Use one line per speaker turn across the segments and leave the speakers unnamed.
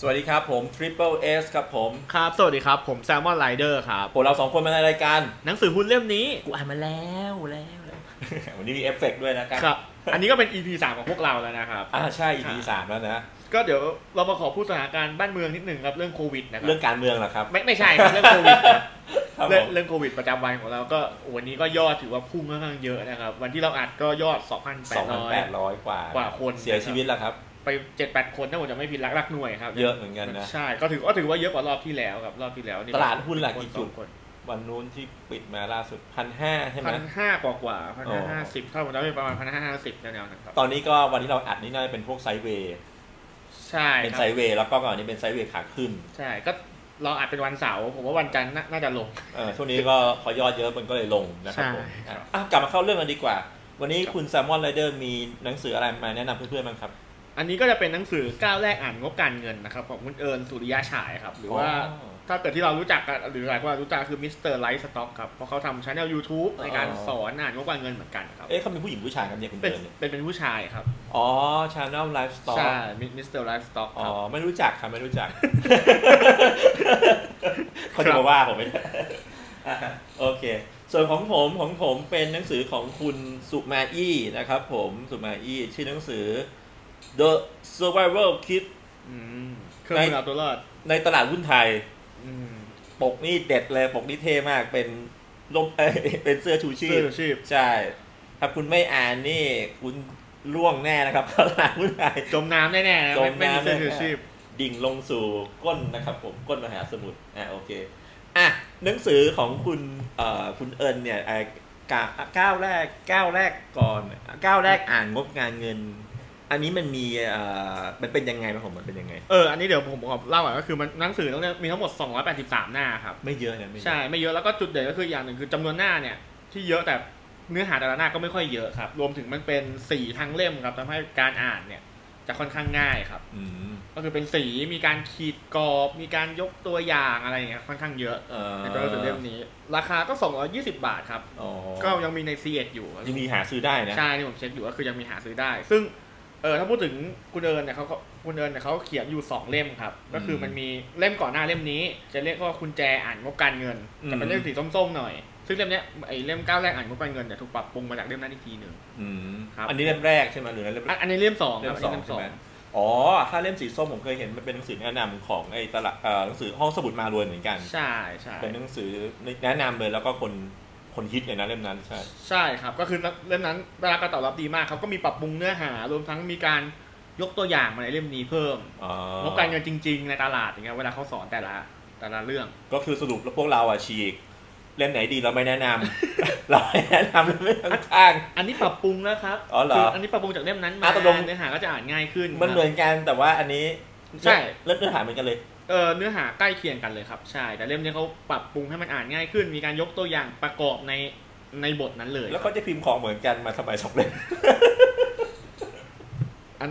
สวัสดีครับผม Triple S ครับผม
ครับ สวัสดีครับ ผมแซมมอนไรเดอร์ครับ
ผมเราสองคนมาในรายการ
หนังสือหุ้นเล่มนี้
กูอ่านมาแล้วแล้วแล้ว วันนี้มีเอฟเฟกต์ด้วยนะครับ
ครับ อันนี้ก็เป็น EP 3 ของพวกเราแล้วนะครับ
อ่าใช่ EP สามแล้วนะ
ก็เดี๋ยวเรามาขอพูดสถานการณ์บ้านเมืองนิดหนึ่งครับ เรื่องโควิดนะครั
เรื่องการเมืองเหรอครับ
ไม่ไม่ใช่ครับเรื่องโควิดครับ
ครับ
เรื่อ
ผ
ง
ม
เรื่องโควิดประจำวันของเราก็วันนี้ก็ยอดถือว่าพุ่งค่อนข้างเยอะนะครับ วันที่เราอัดก็ยอด
สองพันแปด
2,800
ร้อยกว่าก ก
ว่าคน
เสียชีวิตแล้วครับ
ไป 7-8 คนถ้าผมจะไม่ผิดรักรักหน่วยครับ
เยอะเหมือนกันนะ
ใช่ก็ถือก็ถือว่าเยอะกว่ารอบที่แล้วครับรอบที่แล้วนี่
ตลาดหุ้นหลักกี่
ค
จุ
น
ด
สองคน
วันนู้นที่ปิดมาล่าสุดพันห้าใช่ไหม
พันห้ากว่ากว่าพัน
อ๋
ห้า
อ
ห้าสิบถ้าผมจำไม่ผิดประมาณพันห้าห้าสิบแนวๆนะครับ
ตอนนี้ก็วันที่เราอัดนี่น่าจะเป็นพวกไซด์เวย์
ใช่
เป็น
ค
ไซ
รับ
ด์เวย์แล้วก็ก่อนนี้เป็นไซด์เวย์ขาขึ้น
ใช่ก็เราอาจเป็นวันเสาร์ผมว่าวันจันทร์น่าน่าจะลง
เออช่วงนี้ก็พอยอดเยอะมันก็เลยลงนะครับผม
ใช่ครับ
อ่ะกลับมาเข้าเรื่องกันดีกว่า วันนี้คุณแซมมอนไรเดอร์มีหนังสืออะไรมาแนะนำเพื่อนๆบ้างครับ
อันนี้ก็จะเป็นหนังสือก้าวแรกอ่านงบการเงินนะครับของคุณเอิญสุริยะฉายครับ หรือว่า
อ๋อ
ถ้าเกิดที่เรารู้จักกันหรือหลายคนอาจรู้จักคือมิสเตอร์ไลท์สต็อกครับเพราะเขาทำช anel YouTube ในการ
อ๋อ
สอนอ่านงบการเงินเหมือนกันครับ
เอ๊ะเขาเป็นผู้หญิงผู้ชายครับเนี่ยคุณ
เป็น
เดินเนี่ย
เป็นเป็นผู้ชายครับ
อ๋อ Channel Lifestyle
ใช่มิสเตอร์ไลท์สต็อก
อ๋
ค
อ
รับ
ไม่รู้จักครับไม่รู้จัก เขาจะมาว่าผมไหมเนี่ได้โอเค ส่วนของผมของผมเป็นหนังสือของคุณสุมาอี้นะครับผมสุมาอี้ชื่อหนังสือ The Survival Kit
อืมเครื่องมือเอาตัวรอด
ในตลาดหุ้นไทย
อืม
ปกนี่เด็ดเลยปกนี่เท่มากเป็นลมเอ้ยเป็นเสื้อชูชี
เสื้
พ
อชีพ
ใช่ ถ้าคุณไม่อ่านนี่ คุณล่วงแน่นะครับ ตลาดหุ้นไทย
จมน้ำแน่ๆนะ
จม
ไม่ไม่มี
น้ำ
เสื้อ
แน่ๆ
ชูชีพ
ดิ่งลงสู่ก้นนะครับผมก้นมหาสมุทรอ่ะโอเคอ่ะหนังสือของคุณเอ่อคุณเอิญเนี่ยอ่ะกะอ่ะก้าวแรกก้าวแรกก่อนอ่ะก้าวแรกอ่านงบการเงิน อันนี้มันมีเอ่อมันเป็นยังไงครับผมมันเป็นยังไง
เอออันนี้เดี๋ยวผมขอเล่าก่อนก็คือมันหนังสือต้องมีทั้งหมด 283 หน้าครับ
ไม่เยอะนะไม่เยอะ
ใช่ไม่เยอะแล้วก็จุดเด่นก็คืออย่างหนึ่งคือจำนวนหน้าเนี่ยที่เยอะแต่เนื้อหาแต่ละหน้าก็ไม่ค่อยเยอะครับ รวมถึงมันเป็นสีทั้งเล่มครับทำให้การอ่านเนี่ยจะค่อนข้างง่ายครับ
อืม
ก็คือเป็นสีมีการขีดกรอบ มีการยกตัวอย่างอะไรอย่างเงี้ยค่อนข้างเยอะ
เอ่อ
ในตัวหนังสือเล่มนี้ ราคาก็ 220 บาทครับ
อ๋อ
ก็ยังมีใน c ีเอ็ดอยู่
ยังมีหาซื้อได้นะ
ใช่ที่ผมเช็คอยู่ก็คือยังมีหาซื้อได้ ซึ่งเออถ้าพูดถึงคุณเอิญเนี่ยเขาก็คุณเอิญเนี่ยเขาเขียนอยู่สองเล่มครับก็คือมันมีเล่มก่อนหน้าเล่มนี้ จะเรียกว่าคุณแจอ่านงบการเงิน จะเป็นเล่มสีส้มๆหน่อย ซึ่งเล่มเนี้ยไอ้เล่มก้าวแรกอ่านงบการเงินเนี่ยถูกปรับปรุงมาจากเล่มนั้นอีกทีหนึ่ง
อืม
ครับ
อันนี้เล่มแรกใช่ไหมหรือเล่ม
อันอันนี้เล่มสองค
เล่
รับ
มสอง
นนี้
ใช่ไหมอ๋อ ถ้าเล่มสีส้มผมเคยเห็นมันเป็นหนังสือแนะนำของไอ้ตลาดเอ่อหนังสือห้องสมุดมารวยเหมือนกัน
ใช่ใช่
เป็นหนังสือแนะนำเลยแล้วก็คนคนฮิตเลยนะเล่มนั้นใช่
ใช่ครับก็คือเล่มนั้นได้รับการตอบรับดีมากครับก็มีปรับปรุงเนื้อหารวมทั้งมีการยกตัวอย่างมาในเล่มนี้เพิ่ม
อ๋อง
บการเงินจริง ๆ ในตลาดอย่างเงี้ยเวลาเขาสอนแต่ละแต่ละเรื่อง
ก็คือสรุปแล้วพวกเราอ่ะฉีก เล่มไหนดีเราไม่แนะนำ เราไม่แนะนำเล่มข้าง
อันนี้ปรับปรุงแล้วครับ
อ๋อเหรอ
คืนนี้ปรับปรุงจากเล่มนั้นมา
อ่ะตกลง
เนื้อหาก็จะอ่านง่ายขึ้น
ๆมัน
ครับ
เหมือนกันแต่ว่าอันนี้
ใช่
เล่มเนื้อหาเหมือนกันเลย
เออเนื้อหาใกล้เคียงกันเลยครับใช่ แต่เล่มนี้เขาปรับปรุงให้มันอ่านง่ายขึ้น มีการยกตัวอย่างประกอบในในบทนั้นเลย
แล้วเขาจะพิมพ์ของเหมือนกันมาทำไมสองเล่ม
อัน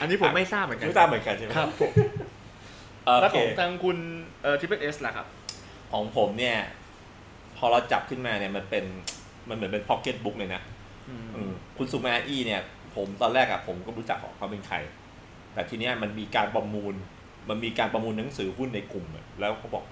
อันนี้ผมไม่ทราบเหมือนกัน
ไม่ทราบเหมือนกันใช่ไหม
ครับผม
เอ่อ
แล้
โอ
ว
เค
ของทางคุณเอ่อทิปเปิลเอสล่ะครับ
ของผมเนี่ย พอเราจับขึ้นมาเนี่ยมันเป็นมันเหมือนเป็นพ็อกเก็ตบุ๊กเลยนะ อืมคุณสุมาอี้เนี่ย ผมตอนแรกอะผมก็รู้จักของเขาเป็นใคร แต่ทีเนี้ยมันมีการประมูล มันมีการประมูลหนังสือหุ้นในกลุ่มอะแล้วเขาบอก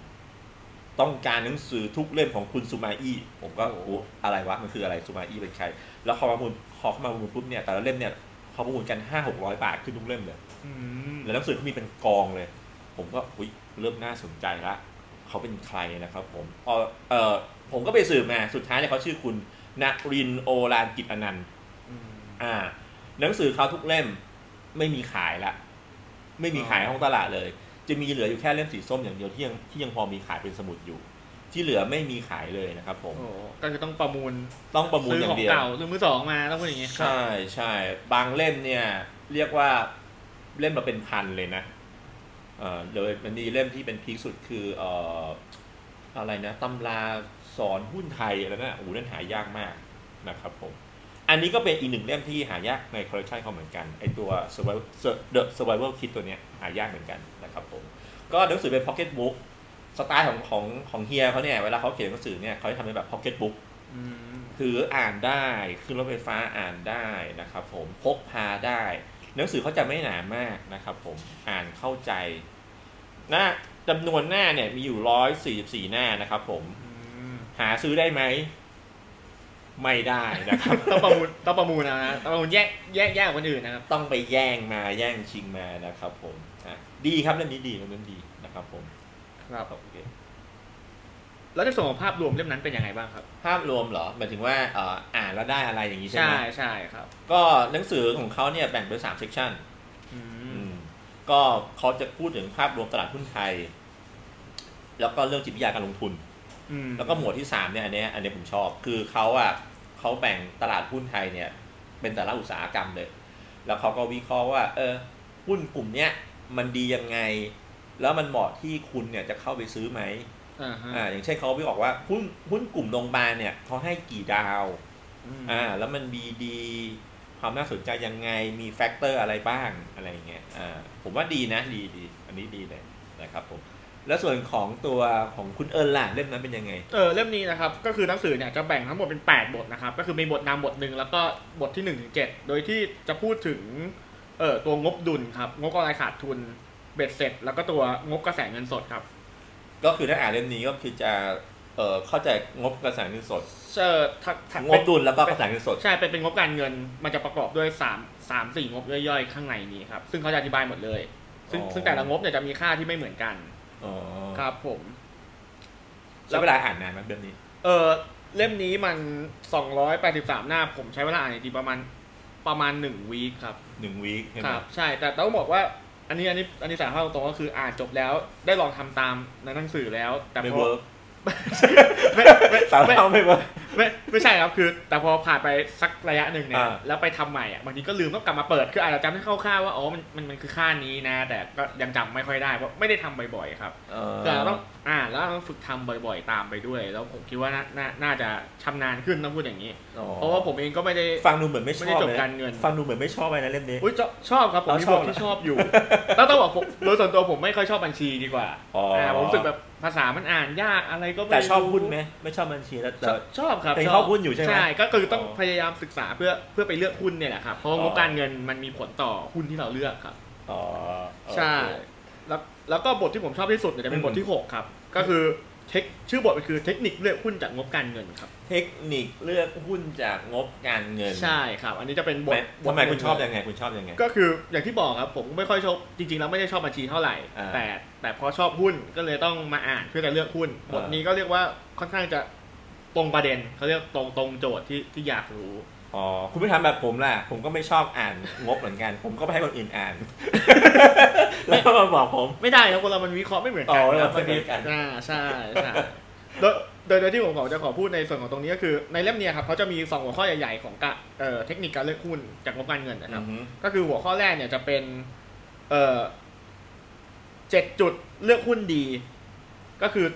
ต้องการหนังสือทุกเล่มของคุณสุมาอี้ผมก็
โอ้โห
โอ้อะไรวะมันคืออะไรสุมาอี้เป็นใคร แล้วเขาประมูลเขาเข้ามาประมูลปุ๊บเนี่ยแต่ละเล่มเนี่ยเขาประมูลกันห้าหกร้อยบาทขึ้นทุกเล่มเลย
อืม
แล้วหนังสือเขามีเป็นกองเลย ผมก็อุ้ยเริ่มน่าสนใจละเขาเป็นใครนะครับผมเออเออผมก็ไปสืบมาสุดท้ายเนี่ยเขาชื่อคุณนรินทร์โอรานกิจอนันต์
อืม
อ่าหนังสือเขาทุกเล่มไม่มีขายละ ไม่มีขายในห้องตลาดเลย จะมีเหลืออยู่แค่เล่มสีส้มอย่างเดียวที่ยังที่ยังพอมีขายเป็นสมุดอยู่ ที่เหลือไม่มีขายเลยนะครับผม
โอ้ก็คือต้องประมูล
ต้องประมูล
ซื้อ
อย่า
ของ ง
เดียว
เก่าซื้อมือสองมาต้องพูดอย่างงี้ครับ
ใช่ใช่บางเล่มเนี่ย เรียกว่าเล่มมาเป็นพันเลยนะเออเดี๋ยวมันมีเล่มที่เป็นพีคสุดคือเอ่ออะไรนะตำราสอนหุ้นไทยอะไรนะโอ้โหนั่นหายากมากนะครับผม อันนี้ก็เป็นอีกหนึ่งเล่มที่หายากในคอลเลกชันเขาเหมือนกันไอตัว survival the survival kit ตัวเนี้ยหายากเหมือนกันนะครับผม ก็หนังสือเป็น pocket book สไตล์ของของของเฮียเขาเนี่ยเวลาเขาเขียนหนังสือเนี่ยเขาจะทำเป็นแบบ pocket book
อืม
ถืออ่านได้ขึ้นรถไฟฟ้าอ่านได้นะครับผมพกพาได้ หนังสือเขาจะไม่หนามากนะครับผมอ่านเข้าใจ หน้าจำนวนหน้าเนี่ยมีอยู่ร้อยสี่สิบสี่หน้านะครับผม
อืม
หาซื้อได้ไหม ไม่ได้นะครับ
ต้องประมูลต้องประมูลนะนะต้องประมูลแยกแยกแยกกับคนอื่นนะครับ
ต้องไปแย่งมาแย่งชิงมานะครับผมอ่ะดีครับเรื่องนี้ดีเรื่องนี้ดีนะครับผม
ครับ
โอเค
แล้วในส่วนของภาพรวมเล่มนั้นเป็นยังไงบ้างครับ
ภาพรวมเหรอหมายถึงว่าเอ่ออ่านแล้วได้อะไรอย่างนี้ใช่
ใช่
ไหม
ใช่ครับ
ก็หนังสือของเขาเนี่ยแบ่งเป็นสามเซกชัน
อืม
ก็เขาจะพูดถึงภาพรวมตลาดหุ้นไทย แล้วก็เรื่องจิตวิทยาการลงทุน
อืม
แล้วก็หมวดที่สามเนี่ยอันเนี้ยอันเนี้ยผมชอบ คือเขาอ่ะเขาแบ่งตลาดหุ้นไทยเนี่ย เป็นแต่ละอุตสาหกรรมเลย แล้วเขาก็วิเคราะห์ว่า เออหุ้นกลุ่มเนี้ยมันดียังไง แล้วมันเหมาะที่คุณเนี่ยจะเข้าไปซื้อไหม
อ่าฮะ
อ่าอย่างเช่นเขาไปบอกว่าหุ้นหุ้นกลุ่มโรงพยาบาลเนี่ยเขาให้กี่ดาว
อืม
อ่าแล้วมันมีดีความน่าสนใจยังไงมีแฟกเตอร์อะไรบ้างอะไรอย่างเงี้ยอ่าผมว่าดีนะดีดีอันนี้ดีเลยนะครับผมแล้วส่วนของตัวของคุณเอิญล่ะเล่มนั้นเป็นยังไง
เออเล่มนี้นะครับ ก็คือหนังสือเนี่ยจะแบ่งทั้งหมดเป็น 8 บทนะครับ ก็คือมีบทนำบทหนึ่งแล้วก็บทที่1นถึงเโดยที่จะพูดถึงเออตัวงบดุลครับ งบกำไรขาดทุนเบ็ดเสร็จ แล้วก็ตัวงบกระแสเงินสดครับ
ก็คือถ้าอ่านเล่มนี้ก็คือจะเอ่อเข้าใจงบกระแสเงินสด
เออถ้าถ้า
งบดุลแล้วก็กระแสเงินสด
ใช่เป็นเป็นงบการเงินมันจะประกอบด้วย3ามสามสี่งบย่อยๆ ข้างในนี้ครับ ซึ่งเขาจะอธิบายหมดเลย ซึ่ง
อ๋อ
ซึ่งแต่ละงบเนี่ยจะมีค่าที่ไม่เหมือนกัน
อ๋อ
ครับผม
ใช้เวลาอ่านนานไหมเล่มนี้
เออเล่มนี้มัน 283 หน้า ผมใช้เวลาอ่านจริงๆประมาณประมาณ1วีคครับ
หนึ่งวีคใช่ไห
ค
ม
รับ ใช่แต่ต้องบอกว่าอันนี้อันนี้อันนี้สารภาพตรงๆก็คืออ่านจบแล้วได้ลองทำตามในหนังสือแล้ว แต่
ไม่
พอ
เวิร์ก
ไม่ไม่
สาว
ไม่
เราไม่เวิร์ก
ไม่ไม่ใช่ครับคือ แต่พอผ่านไปสักระยะหนึ่งเนี่ย
อ่า
แล้วไปทำใหม่อ่ะบางทีก็ลืมต้องกลับมาเปิดคืออาจจะจำได้คร่าวๆว่าอ๋อมันมันมันคือค่านี้นะ แต่ก็ยังจำไม่ค่อยได้เพราะไม่ได้ทำบ่อยๆครับ
เออ
แต่ต้องอ่าแล้วต้องฝึกทำบ่อยๆตามไปด้วย แล้วผมคิดว่าน่าน่าน่าจะชำนาญขึ้นต้องพูดอย่างนี้
อ๋อ
เพราะว่าผมเองก็ไม่ได้
ฟังดูเหมือนไม่ช
ไม่ได้
อบ
จบ
เลย
การเงิน
ฟังดูเหมือนไม่ชอบเลยนะเล่มนี้
อุ้ยชอบชอบครับผม
เรา
มี
ช
บ
อบ
ทที่ชอบอยู่ แล้วต้องบอกผมโดยส่วนตัวผมไม่ค่อยชอบบัญชีดีกว่า
อ๋ออ่
าผมรู้สึกแบบภาษามันอ่านยากอะไรก็ไม่
แต่ชอบ
รู้
หุ้นไหมไม่ชอบบัญชีแล้วแต่
ชอบชอบครับ
เห็นเขาพูดอยู่ใช่ไหม
ก็คือต้อง
อ๋อ
พยายามศึกษาเพื่อเพื่อไปเลือกหุ้นเนี่ยแหละครับ เพราะว่า
อ๋อ
งบการเงินมันมีผลต่อหุ้นที่เราเลือกครับ
อ๋อโอเค
ใช่ แล้วแล้วก็บทที่ผมชอบที่สุดเนี่ยจะเป็น
อืม
บทที่ 6 ครับ ก็คือเทคชื่อบทมันคือเทคนิคเลือกหุ้นจากงบการเงินครับ
เทคนิคเลือกหุ้นจากงบการเงิน
ใช่ครับ อันนี้จะเป็นบท
แม้
บท
ทำไมคุณชอบ
หนึ่
ยัง งไงคุณชอบยังไง
ก็คืออย่างที่บอกครับผมไม่ค่อยชอบจริงๆแล้วไม่ได้ชอบบัญชีเท่าไหร่
อ่า
แต่แต่พอชอบหุ้นก็เลยต้องมาอ่านเพื่อจะเลือกหุ้น บท
อ่านี้
นี้ก็เรียกว่าค่อนข้างจะตรงประเด็นเขาเรียกตรงตรงโจทย์ที่ที่อยากรู้
อ๋อคุณไม่ทำแบบผมล่ะ ผมก็ไม่ชอบอ่านงบเหมือนกัน ผมก็ไปให้คนอื่นอ่าน แล้วก็มาบอกผม
ไม่ได้ครับคนเรามันวิเคราะห์ไม่เหมือนกั
อ๋อ
ครับ
ไม่เหมือนกัน
อ่าใช่ใช่โดยโดยโดยที่ผมขอจะขอพูดในส่วนของตรงนี้ก็คือในเล่มเนี้ยครับเขาจะมีสองหัวข้อใหญ่ๆของกะเอ่อเทคนิคการเลือกหุ้นจากงบการเงินนะครับ
อือฮึ
ก็คือหัวข้อแรกเนี่ยจะเป็นเอ่อเจ็ดจุดเลือกหุ้นดี ก็คือ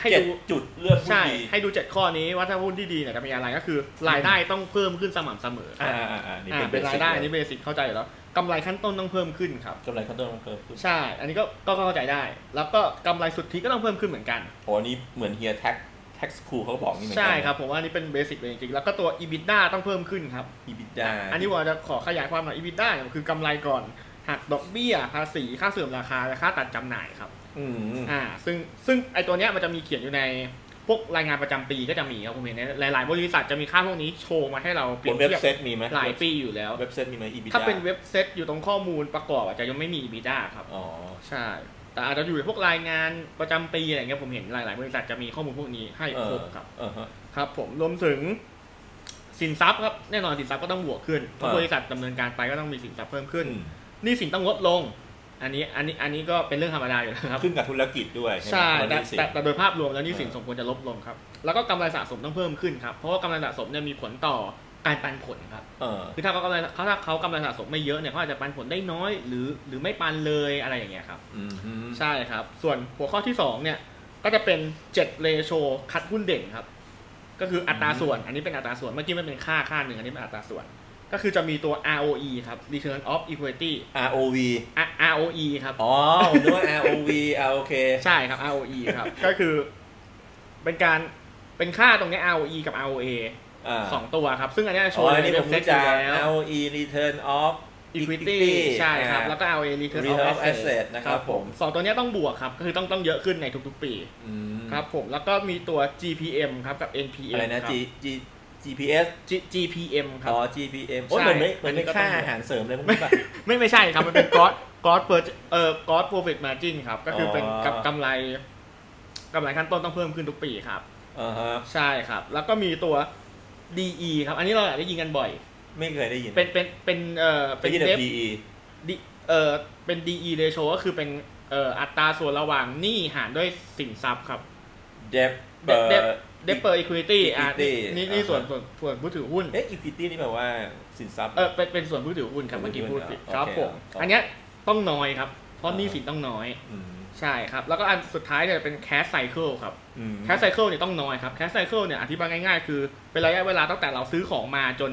ให้
เจ็ด
ดู
จุดเลือกหุ้น
ใช่
ดี
ให้ดูเจ็ดข้อนี้ว่าถ้าหุ้นที่ดีเนี่ยจะมีอะไรก็คือรายได้ต้องเพิ่มขึ้นสม่ำเสมอ
อ่าอ่าอ่านี่
อ่า
เป็
เป็นนรายได้อัน
นี่
นี้เบสิกเข้าใจอยู่แล้วกำไรขั้นต้นต้องเพิ่มขึ้นครับ
กำไรขั้นต้นต้องเพิ่มขึ้น
ใช่ อันนี้ก็ก็เข้าใจได้ แล้วก็กำไรสุทธิก็ต้องเพิ่มขึ้นเหมือนกัน
โอ้นี่เหมือนเฮียแท็กแท็กคูเขาบอกนี่เหมือนกั
ใช่ครับ ผมว่าอันนี้เป็นเบสิกเลยจริงๆ แล้วก็ตัว EBITDA ต้องเพิ่มขึ้นครับ
อีบิดา
อันนี้ว่าจะขอขยายความหน่อย EBITDA เนี่ยมันคือกำไรก่อนหักดอกเบี้ย ภาษี ค่าเสื่อมราคา และค่าตัดจำหน่ายครับ
อืม
อ่า ซึ่งซึ่งไอตัวเนี้ยมันจะมีเขียนอยู่ในพวกรายงานประจำปีก็จะมีครับผมเห็นในหลาย ๆ บริษัทจะมีค่าพวกนี้โชว์มาให้เราเป
บ
รียบ
นเว็บ
เทียบ
เซตมีไหม
หลายปีอยู่แล้ว
เว็บเซตมีไหมอีบิดา
ถ้าเป็นเว็บเซตอยู่ตรงข้อมูลประกอบอาจจะยังไม่มี EBITDA ครับ
อ๋อ
ใช่ แต่อาจจะอยู่ในพวกรายงานประจำปีอะไรเงี้ยผมเห็นหลาย ๆ บริษัทจะมีข้อมูลพวกนี้ให้
เอ
คร
อบ
ครับ
เออฮะ
ครับ ผมรวมถึงสินทรัพย์ครับแน่นอนสินทรัพย์ก็ต้องบวกขึ้นเพราะ
เออ
บริษัทดำเนินการไปก็ต้องมีสินทรัพย์เพิ่มขึ้
ขึ้
น
น
หนี่สินต้องลดลง อันนี้อันนี้อันนี้ก็เป็นเรื่องธรรมดาอยู่นะครับ
ขึ้นกับธุรกิจด้วยไหม
ใช่
วัน
แต่
ที่สิบ
แต่แต่โดยภาพรวมแล้วหนี่สิน
เออ
สมควรจะลดลงครับ แล้วก็กำไรสะสมต้องเพิ่มขึ้นครับเพราะว่ากำไรสะสมเนี่ยมีผลต่อการปันผลครับ
เออ
คือถ้าเขากำไรเขาถ้าเขากำไรสะสมไม่เยอะเนี่ยเขาอาจจะปันผลได้น้อย หรือหรือไม่ปันเลยอะไรอย่างเงี้ยครับ
อืมฮึ
ใช่ครับ ส่วนหัวข้อที่ 2 เนี่ย ก็จะเป็น7เลโชคัดหุ้นเด่นครับ ก็คืออัตราส่วน อันนี้เป็นอัตราส่วน เมื่อกี้มันเป็นค่าค่าหนึ่งอันนี้เป็นอัตราส่วน ก็คือจะมีตัว ROE ครับ Return of Equity
อ่า ROV
R- ROE ครับ
อ๋อผมนึกว่า ROV อ่าโอเค
ใช่ครับ ROE ครับ ก็คือ เป็นการ เป็นค่าตรงเนี้ย ROE กับ ROA
อ่า
สองตัวครับ ซึ่งอันเนี้ยโช
อ๋อ
ว์
อัน
ใน
นี้
เว็
ผ
บ
ม
เซ็ต
รู้
อ
จัก
ยู่แล้ว
ROE return of
Equity
Equity
ใช่ครับ
อ่า
แล้วก็ ROA Return
Return
of
of
Asset
Asset นะครับผม
สองตัวเนี้ยต้องบวกครับ ก็คือต้องต้องเยอะขึ้นในทุกๆปี
อืม
ครับผมแล้วก็มีตัว GPM ครับกับ NPM
อะไรนะ
คบ
G G GPS
G- GPM ครับ
อ๋อ GPM โอ้ยเห
ใช่
มือนไม่เหมือนไม่
อันนี้ก็
ค่า
ต้อง
อาหารเสริมอะไรพวกนี้ป่ะ
ไม่ไม่ใช่ครับ มันเป็น gross gross per เอ่อ gross profit margin ครับ ก็คือเป็น
อ๋อ
กับกำไรกำไรขั้นต้นต้องเพิ่มขึ้นทุกปีครับ
อ่าฮะ
ใช่ครับ แล้วก็มีตัว DE ครับ อันนี้เราอาจจะได้ยินกันบ่อย
ไม่เคยได้ยิน
เป็นเป็นเป็นเอ่อเป็
ได้
น
ยินแต่
เด
PE
เอ่อเป็น DE ratio ก็คือเป็นเอ่ออัตราส่วนระหว่างหนี้หารด้วยสินทรัพย์ครับ
debt
เด
per
บเดบเปอร์อีควิตี้อ่ะ
Equity
นี่นี่
อ่า
ส่วนส่วนส่วนผู้ถือหุ้น
เอ๊ะ equity นี่แปลว่าสินทรัพย์
เออเป็นเป็นส่วนผู้ถือหุ้นครับเมื่อกี้พูดผิด
โอเค
ครับผม
ครับ
อันเนี้ยต้องน้อยครับ เพราะหนี้สินต้องน้อย
ม
ใช่ครับ แล้วก็อันสุดท้ายเนี่ยเป็น cash cycle ครับ
อืม
cash cycle เนี่ยต้องน้อยครับ cash cycle เนี่ยอธิบายง่ายๆ คือเป็นระยะเวลาตั้งแต่เราซื้อของมาจน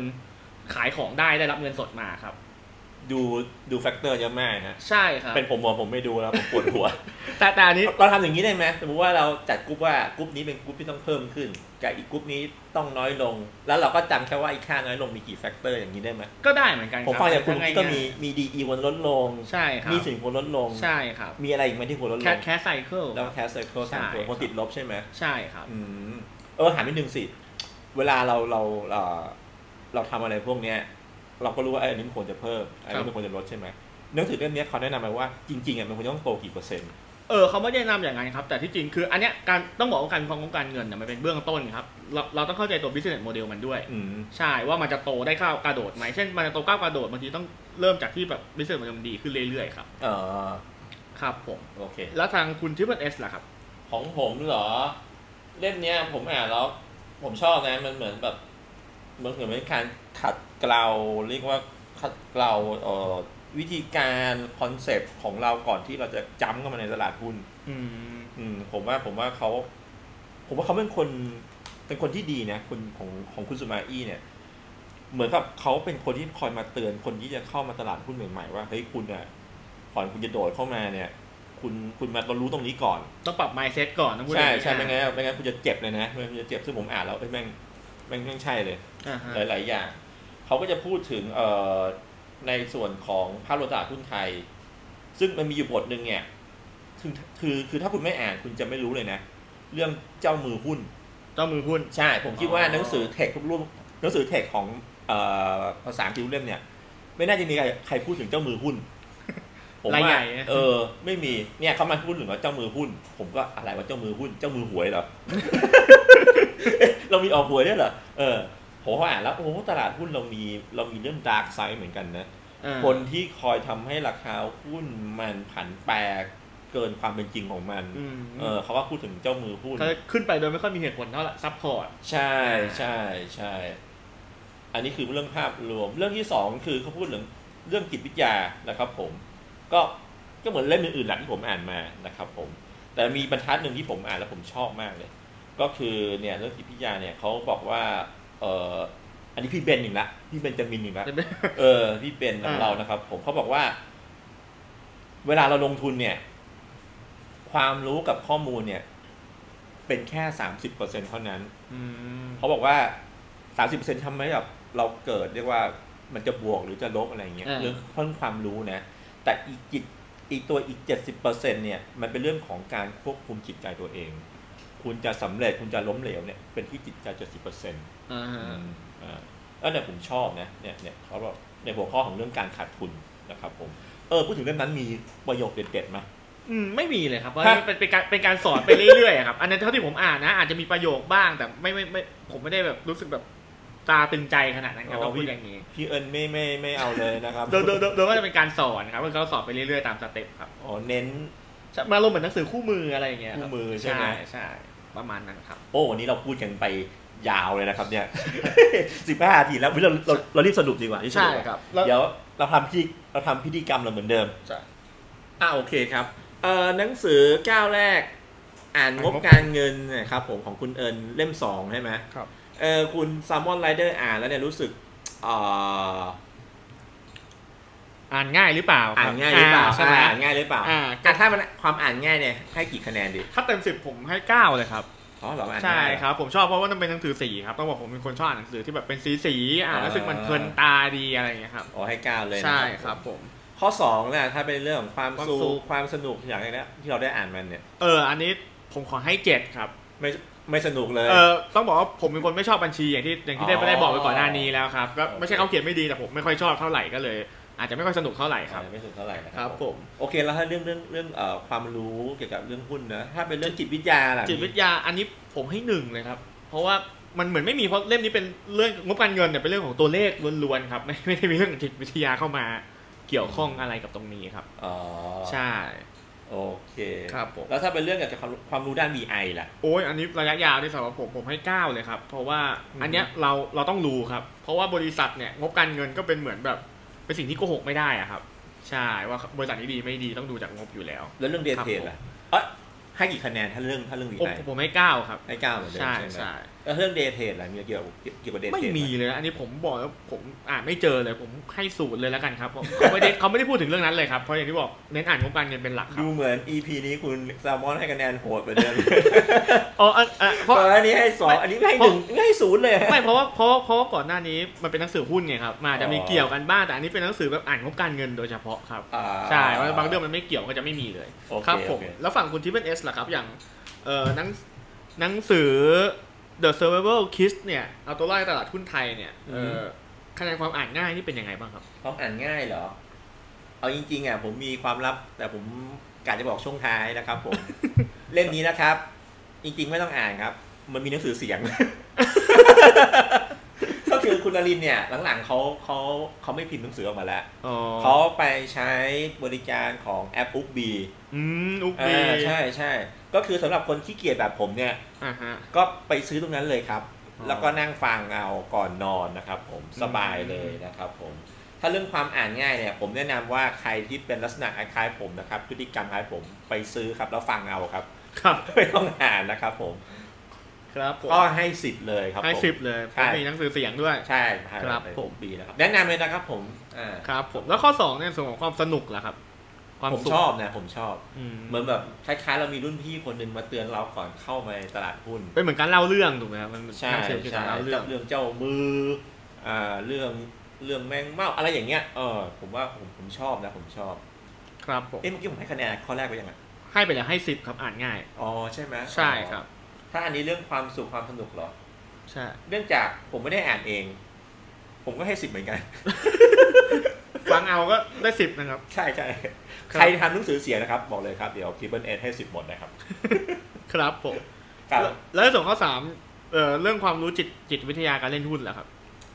ขายของได้ได้รับเงินสดมาครับ
ดูดูแฟกเตอร์เยอะมากนะ
ใช่ครับ
เป็นผมผมผมไม่ดูแล้วผมปวด หัว
แต่แต่อันนี้
เราทำอย่างนี้ได้ไหมสมมติว่าเราจัดกรุ๊ปว่ากรุ๊ปนี้เป็นกรุ๊ปที่ต้องเพิ่มขึ้นกับอีกกรุ๊ปนี้ต้องน้อยลง แล้วเราก็จำแค่ว่าอีกค่าน้อยลงมีกี่แฟกเตอร์อย่างนี้ได้ไหม
ก็ได้เหมือนกันค
ผม
รับ
ฟังจากคุณ
ง่ยๆ
ก็มีมีดีอีวนลดลง
ใช่ครับ
มีสินคนลดลง
ใช่ครับ
มีอะไรอีกไหมที่หัวลดลง
cash cash cycle
แล้วแคสเซอร์เคิลสามตัว
ใช่
คนติดลบใช่ไหม
ใช่ครับ
อืมเออถามนิดนึงสิ เวลาเราเราเอ่อเราทำอะไรพวกเนี้ย เราก็รู้ว่าไอ้ยอันนี้มันควรจะเพิ่มไอ้น
ครั
นี้
บ
มันควรจะลดใช่ไหมหนังสือเล่มเนี้ยเขาแนะนำมาว่าจริงๆอ่ะมันควรจะต้องโตกี่เปอร์เซ็นต์
เออเขาไม่ได้แนะนำอย่างนั้นครับ แต่ที่จริงคือ อันเนี้ยการต้องบอกว่าการวิเคราะห์งบการเงินเนี่ยมันเป็นเบื้องต้นครับ เราเราต้องเข้าใจตัว business model มันด้วย
อืม
ใช่ว่ามันจะโตได้ก้าวกระโดดไหมเช่นมันจะโตก้าวกระโดดบางทีต้องเริ่มจากที่แบบ business model มันดีขึ้นเรื่อยๆครับ
เออ
ครับผม
โอเค
แล้วทางคุณทิปเปิลเอสล่ะครับ
ของผมเหรอ เล่มเนี้ยผมอ่านแล้ว ผมชอบนะมันเหมือนแบบมันเหมือนเป็นการขัดเกลาเรียกว่าขัดเกลาเอ่อวิธีการคอนเซปต์ของเราก่อนที่เราจะจ้ำเข้ามาในตลาดหุ้น
อืม
อืมผมว่าผมว่าเขาผมว่าเขาเป็นคนเป็นคนที่ดีนะคุณของของคุณสุมาอี้เนี่ย เหมือนกับเขาเป็นคนที่คอยมาเตือนคนที่จะเข้ามาตลาดหุ้นใหม่ๆว่าเฮ้ยคุณอ่ะก่อนคุณจะโดดเข้ามาเนี่ย คุณคุณมาต้องรู้ตรงนี้ก่อน
ต้องปรับ mindset ก่อนนะพูด
ใช่
อย่างนี้
ใช่ไม่งั้นไม่งั้นคุณจะเจ็บเลยนะไม่งั้นคุณจะเจ็บซึ่งผมอ่านแล้วเอ้ยแม่งแม่งแม่งใช่เลย
อ่าฮะ
หลาย ๆ อย่าง เขาก็จะพูดถึงเอ่อในส่วนของภาพรวมตลาดหุ้นไทย ซึ่งมันมีอยู่บทหนึ่งเนี่ยคือคือคือถ้าคุณไม่อ่านคุณจะไม่รู้เลยนะ เรื่องเจ้ามือหุ้น
เจ้ามือหุ้น
ใช่ผมคิดว่า
อ๋อ
หนังสือเทคทุกรูปหนังสือเทคของเอ่อภาษาอังกฤษทุกเล่มเนี่ย ไม่น่าจะมีใครใครพูดถึงเจ้ามือหุ้นผม
ราย
ว่า
ใหญ่นะ
เออ ไม่มีเนี่ยเขามาพูดถึงว่าเจ้ามือหุ้น ผมก็อะไรว่าเจ้ามือหุ้น เจ้ามือหวยเหรอ เอ๊ะเรามีออกหวยด้วยเหรอเออผมว่าอ่านแล้วโอ้โหตลาดหุ้นเรามีเรามีเรื่องดาร์กไซด์เหมือนกันนะ
อ่า
คนที่คอยทำให้ราคาหุ้นมันผันแปรเกินความเป็นจริงของมัน
อืม
เออเขาก็พูดถึงเจ้ามือหุ้น
เขาขึ้นไปโดยไม่ค่อยมีเหตุผลเท่าไหร่ support
ใช่ใช่ใช่ อันนี้คือเรื่องภาพรวม เรื่องที่สองคือเขาพูดเรื่องเรื่องจิตวิทยานะครับผม ก็ก็เหมือนเล่มอื่นๆหลักที่ผมอ่านมานะครับผม แต่มีบรรทัดหนึ่งที่ผมอ่านแล้วผมชอบมากเลย ก็คือเนี่ยเรื่องจิตวิทยาเนี่ยเขาบอกว่าเอออันนี้พี่เบนอีกละพี่เบนจะมินอีกละ
ใช่ไหม
เออพี่เป็นของ
อ่า
เรานะครับ ผมเขาบอกว่า เวลาเราลงทุนเนี่ย ความรู้กับข้อมูลเนี่ย เป็นแค่สามสิบเปอร์เซ็นเท่านั้น
อืม
เขาบอกว่าสามสิบเปอร์เซ็นต์ทำให้แบบเราเกิดเรียกว่ามันจะบวกหรือจะลบอะไรอย่างเงี้ย
อ่า
เรื่องเพิ่มความรู้นะ แต่อีกจิตอีกตัวอีกเจ็ดสิบเปอร์เซ็นต์เนี่ย มันเป็นเรื่องของการควบคุมจิตใจตัวเอง คุณจะสำเร็จคุณจะล้มเหลวเนี่ยเป็นที่จิตใจเจ็ดสิบเปอร์เซ็นต์
อ่าฮะ
เออเนี่ยผมชอบนะเนี่ยเนี่ยเขาบอกในหัวข้อของเรื่องการขาดทุนนะครับผมเออพูดถึงเรื่องนั้นมีประโยคเด็ดๆไหม
อืมไม่มีเลยครับเพราะ
ฮะ
นี่เป็นเป็นการเป็นการสอนไปเรื่อยๆครับ อันนั้นเท่าที่ผมอ่านนะ อาจจะมีประโยคบ้างแต่ไม่ไม่ไม่ผมไม่ได้แบบรู้สึกแบบตาตึงใจขนาดนั้นครับต้องพูดอย่างนี้
พี่เอิญไม่ไม่ไม่เอาเลยนะครับ
โดยโดยโดยโดยว่าจะเป็นการสอนครับมันเขาสอนไปเรื่อยๆตามสเต็ปครับ
อ๋อเน้น
มาลงเหมือนหนังสือคู่มืออะไรอย่างเงี้ยรับ
คู่มือใช่ไหม
ใช่ประมาณนั้นครับ
โอ้วันนี้เราพูดกันไปยาวเลยนะครับเนี่ย สิบห้านาทีแล้วอุ๊ยเราเราเรารีบสรุปดีกว่าที่ส
ใช่
รุป
ครับ
เดี๋ยวเราทำพิธีเราทำพิธีกรรมเราเหมือนเดิม
ใช่
อ่าโอเคครับเอ่อหนังสือก้าวแรก อ่านงบ
อ่านงบ
การเงินนะครับผมของคุณเอิญเล่มสองใช่ไหม
ครับ
เออคุณซามอนไรเดอร์อ่านแล้วเนี่ยรู้สึกเอ่อ
อ่านง่ายหรือเปล่าค
อ่า
บ
นง่ายหรือเปล่า
ใช่ไหม
อ่านง่ายหรือเปล่า
อ่า
แต่ถ้ามันความอ่านง่ายเนี่ยให้กี่คะแนนดี
ถ้าเต็มสิบผมให้เก้าเลยครับ
อ๋อเหรออ่าน
ใช่
ได้เหอ
ครับ ผมชอบเพราะว่ามันเป็นหนังสือสีครับต้องบอกผมเป็นคนชอบอ่านหนังสือที่แบบเป็นสีสีๆอ่านแล้วรู้สึกมันเพลินตาดีอะไรอย่างเงี้ยครับ
อ๋อให้เก้าเลยนะ
ใช่ครับผม
ข้อสองนะถ้าเป็นเรื่องของความ
ความสุ
สุข
ข
ความสนุกอย่างไรนะที่เราได้อ่านมันเนี่ย
เออ อันนี้ผมขอให้เจ็ดครับ
ไม่ไม่สนุกเลย
เออต้องบอกว่าผมเป็นคนไม่ชอบบัญชีอย่างที่อย่างที่ได้
อ๋อ
ได้บอกไปก่อนหน้านี้แล้วครับก็
โอเค
ไม่ใช่เขาเขียนไม่ดีแต่ผมไม่ค่อยชอบเท่าไหร่ก็เลย อาจจะไม่ค่อยสนุกเท่าไหร่ครับ
ไม่สนุกเท่าไหร่นะค
ค
รั
รับผม
โอเคแล้วถ้าเรื่องเรื่องเรื่องเอ่อความรู้เกี่ยวกับเรื่องหุ้นนะถ้าเป็นเรื่องจิตวิทยาล่ะ
จิตวิทยาอันนี้ผมให้หนึ่งเลยครับ เพราะว่ามันเหมือนไม่มีเพราะเล่มนี้เป็นเรื่องงบการเงินเนี่ยเป็นเรื่องของตัวเลขล้วนๆครับไม่ไม่ได้มีเรื่องจิตวิทยาเข้ามาเกี่ยวข้องอะไรกับตรงนี้ครับ
อ๋อ
ใช่
โอเค
ครับผม
แล้วถ้าเป็นเรื่องเกี่ยวกับความรู้ความรู้ด้าน BI ล่ะ
โอ้ยอันนี้ระยะยาวที่สำหรับผมผมให้ 9 เลยครับ เพราะว่า
อืม
อันเนี้ยเราเราต้องรู้ครับ เพราะว่าบริษัทเนี่ยงบการเงินก็เป็นเหมือนแบบเป็นสิ่งที่โกหกไม่ได้อะครับ ใช่ว่าบริษัทนี้ดีไม่ดีต้องดูจากงบอยู่แล้ว
แล้วเรื่องเดท
ครับ
เทรด
ผม
ล่ะเอ้ยให้กี่คะแนนถ้าเรื่องถ้าเรื่อง
ผม
BI
ผมให้เก้าครับ
ให้เก้าเหมือนเดิม
ใช่
ใช่ไหม
ใช่
แล้วเรื่องเดทเทรดล่ะมีเกี่ยวกับเกี่ยวกับเดทเทรด
ไม่มีเลยนะอันนี้ผมบอกแล้วผมอ่านไม่เจอเลยผมให้สูตรเลยแล้วกันครับเพราะเขาไม่ได้เขาไม่ได้พูดถึงเรื่องนั้นเลยครับเพราะอย่างที่บอกเน้นอ่านงบการเงินเป็นหลักครับ
ดูเหมือน EP นี้คุณแซลมอนให้คะแนนโหดไปเดิม
อ๋อเอ่อเอ่อเพ
เพ
ราะ
ราะอันนี้ให้สองอันนี้ไม่ให้หนึ่งไม่ให้ศูนย์เลย
ไม่เพราะว่าเพราะเพราะว่าก่อนหน้านี้มันเป็นหนังสือหุ้นไงครับมันอาจจะมี
อ๋อ
เกี่ยวกันบ้างแต่อันนี้เป็นหนังสือแบบอ่านงบการเงินโดยเฉพาะครับ
อ่า
ใช่ว่าบางเรื่องมันไม่เกี่ยวก็จะไม่มีเลย
โอเค
ครับผม
โอเค
แล้วฝั่งคุณทิพเป็นเอสล่ะครับ อย่างเอ่อหนังหนังสือ The Survival Kiss เนี่ย เอาตัวรอดในตลาดหุ้นไทยเนี่ยเอ่อคะแนนความอ่านง่ายนี่เป็นยังไงบ้างครับ
ต้องอ่านง่ายเหรอ เอาจริงๆอ่ะผมมีความลับ แต่ผมกะจะบอกช่วงท้ายนะครับ ผม เล่มนี้นะครับ จริงๆไม่ต้องอ่านครับ มันมีหนังสือเสียง ก็คือคุณอรินเนี่ยหลังๆเขาเขาเขาไม่พิมพ์หนังสือออกมาแล้ว
อ๋อ
เขาไปใช้บริการของแอป b ุ๊กบี
อืมอุกดี
อ่าใช่ใช่ก็คือสำหรับคนขี้เกียจแบบผมเนี่ย
อ่าฮะ
ก็ไปซื้อตรงนั้นเลยครับ
อ๋อ
แล้วก็นั่งฟังเอาก่อนนอนนะครับผมสบายเลยนะครับผม ถ้าเรื่องความอ่านง่ายเนี่ย ผมแนะนำว่าใครที่เป็นลักษณะคล้ายๆผมนะครับพฤติกรรมคล้ายผมไปซื้อครับแล้วฟังเอาครับ
ครับ
ไม่ต้องอ่านนะครับผม
ครับผม
ก็ให้สิบเลยครับ
ให้
ผม
สิบเลยเพ
ใช่
ราะมีหนังสือเสียงด้วย
ใช่
ครับ
ไป
ผม
ปีนะครับแนะนำเลยนะครับผมอ่า
ครับผมแล้วข้อสองเนี่ยส่วนของความสนุกล่ะครับ ความ
ผม
สุข
ชอบนะผมชอบ
อืม
เหมือนแบบคล้ายๆ เรามีรุ่นพี่คนหนึ่งมาเตือนเราก่อนเข้ามาในตลาดหุ้น
เป็นเหมือนการเล่าเรื่องถูกไหมครับมัน
ใช่
หนังสือเกี่ยว
ใช่
กับเล่าเรื่อง
เรื่องเจ้ามืออ่าเรื่องเรื่องแมงเม่าอะไรอย่างเงี้ยเออผมว่าผมผมชอบนะผมชอบ
ครับผม
เอ๊ะเมื่อกี้ผมให้คะแนนข้อแรกไปยังไง
ให้ไปเลยให้สิบครับอ่านง่าย
อ๋อใช่ไหม
ใช่ครับ
ถ้าอันนี้เรื่องความสุขความสนุกเหรอ
ใช่
เนื่องจากผมไม่ได้อ่านเอง ผมก็ให้สิบเหมือนกัน
ฟังเอาก็ได้สิบนะครับ
ใช่ใช่
ครับ
ใครทำหนังสือเสียนะครับ บอกเลยครับเดี๋ยวทีเบิลเอให้สิบหมดนะครับ
ครับผม
ครับ
แล้วแล้วส่วนข้อสามเอ่อเรื่องความรู้จิตจิตวิทยาการเล่นหุ้นเหรอครับ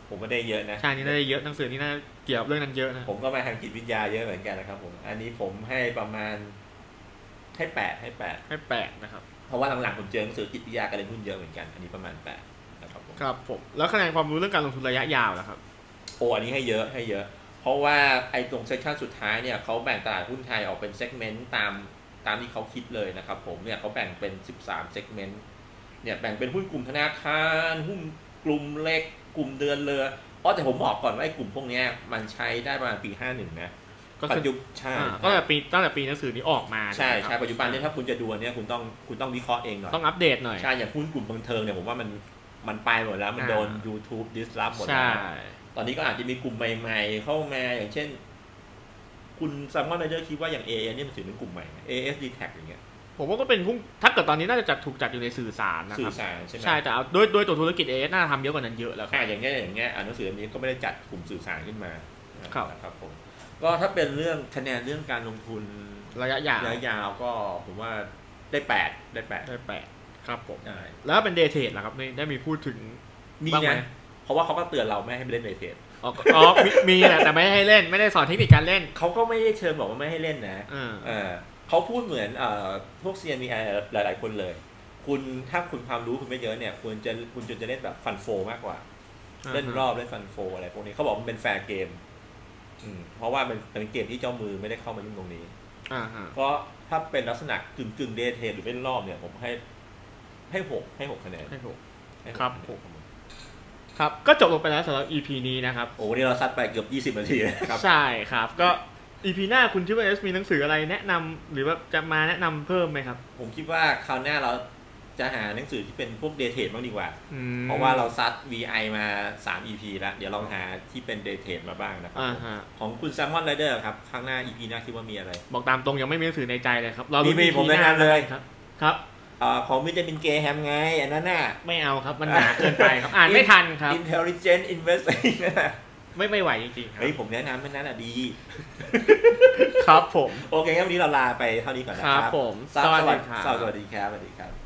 ผมไม่ได้เยอะนะ
ใช่นี่น่าจะเยอะหนังสือนี่น่าเกี่ยวกับเรื่องนั้นเยอะนะ
ผมก็มาทางจิตวิทยาเยอะเหมือนกันนะครับ ผม อันนี้ผมให้ประมาณให้แปดให้แปด
ให้แปดนะครับ
เพราะว่าหลังๆผมเจอหนังสือจิตวิทยาการเล่นหุ้นเยอะเหมือนกัน อันนี้ประมาณแปดนะครับผม
ครับผมแล้วคะแนนความรู้เรื่องการลงทุนระยะยาวเหรอครับ
โอ้อันนี้ให้เยอะให้เยอะ เพราะว่าไอ้ตรงเซสชันสุดท้ายเนี่ยเขาแบ่งตลาดหุ้นไทยออกเป็นเซกเมนต์ตามตามที่เขาคิดเลยนะครับผมเนี่ยเขาแบ่งเป็น 13เซกเมนต์เนี่ยแบ่งเป็นหุ้นกลุ่มธนาคาร หุ้นกลุ่มเล็กกลุ่มเดือนเรืออ๋อแต่ผมบอกก่อนว่าไอ้กลุ่มพวกเนี้ยมันใช้ได้ประมาณปี 51 นะ
ก็
ปั
คื
จ
อ
จุบันใช่
อ่าตั้งแต่ปีตั้งแต่ปีหนังสือนี้ออกมา
ใช่
ไหม
ใช่ปัจจุบันเนี่ยถ้าคุณจะดูอันเนี่ยคุณต้องคุณต้องวิเคราะห์เองหน่อย
ต้องอัปเดตหน่อย
ใช่ อย่างหุ้นกลุ่มบันเทิงเนี่ยผมว่ามันมันไปหมดแล้ว มัน
อ่า
โดน YouTube ดิสรับหมดแล้
ใช่
ว ตอนนี้ก็อาจจะมีกลุ่มใหม่ๆ เข้ามา อย่างเช่น คุณซัมมอนไรเดอร์คิดว่าอย่าง AA เนี่ยมันถือเป็นกลุ่มใหม่ไหม ASD tag อย่างเงี้ย
ผมว่าก็เป็นหุ้นถ้าเกิดตอนนี้น่าจะจัดถูกจัดอยู่ในสื่อสารนะ
สื่
ค
อบ
รั
สารใช่ไหม
ใช่แต่เอาด้วยด้วยตัวธุรกิจเอสน่าจะทำเยอะกว่านั้นเยอะแล้วครับ
อ่าอย่างเงี้ยอย่างเงี้ยอ่านหนังสือเล่มนี้ก็ไม่ได้จัดกลุ่มสื่อสารขึ้นมา
ครับ
นะครับผมก็ถ้าเป็นเรื่องคะแนนเรื่องการลงทุน
ระยะยาว
ระยะยาวก็ผมว่าได้แปดได้แปด
ได้แปดครับผม
ได้
แล้วเป็นเดย์เทรดเหรอครับนี่ได้มีพูดถึง
มี
บ้างไหม
นะเพราะว่าเขาก็เตือนเราไม่ให้ไปเล่นในเทป
อ๋อก็อ๋อมีมีแหละแต่ไม่ให้เล่นไม่ได้สอนเทคนิคการเล่น
เขาก็ไม่ได้เชิญบอกว่าไม่ให้เล่นนะ
เออ
เอ่อเขาพูดเหมือนเอ่อพวก CNBI หลาย ๆ คนเลย คุณถ้าคุณความรู้คุณไม่เยอะเนี่ยคุณจะคุณจะเล่นแบบฟันโฟมากกว่า เล่นรอบเล่นฟันโฟอะไรพวกนี้เขาบอกมันเป็นแฟร์เกมอืมเพราะว่ามันเป็นเกมที่เจ้ามือไม่ได้เข้ามายุ่งตรงนี้
อ่าฮะ
ก็ถ้าเป็นลักษณะกึ่งกึ่งเดทเทหรือเล่นรอบเนี่ยผมให้ให้หกให้หกคะแนน
ให้ถูก
ให้ห
ครับ
กะแนน
ครับก็จบลงไปแล้วสำหรับ EP นี้นะครับ
โอ้วันนี้เราซัดไปเกือบยี่สิบ20 นาทีนะครับ
ใช่ครับก็ EP หน้าคุณชื่อว่าเอสมีหนังสืออะไรแนะนำหรือว่าจะมาแนะนำเพิ่มไหมครับ
ผมคิดว่าคราวหน้าเรา จะหาหนังสือที่เป็นพวกเดทเทดบ้างดีกว่า
อืม
เพราะว่าเราซัด VI มา 3 EP แล้ว เดี๋ยวลองหาที่เป็นเดทเทดมาบ้างนะครับ
อ่าฮะ
ของคุณแซมมอนไรเดอร์ครับ ข้างหน้า EP หน้าคิดว่ามีอะไร
บอกตามตรงยังไม่มีหนังสือในใจเลยครับ เรา
มี
มี
มีผมแนะนำเลย
ครับ ครับ
เอ่อของวิตามินเกแฮมไง อันนั้นน่ะ
ไม่เอาครับมันหนาเกินไปครับ อ่านไม่ทันครับ
Intelligent Investing น่ะ
ไม่ไม่ไหวจริงๆค รับ
เฮ้ยผมแนะนำมันนั้นอ่ะดี
ครับผม
โอเคงั้นวันนี้เราลาไปเท่านี้ก่อนนะค
ครั
รับบ
ผม
สวัส
สวั
ดี
สดีครับ
สวัสดีครับสวัสดีครับ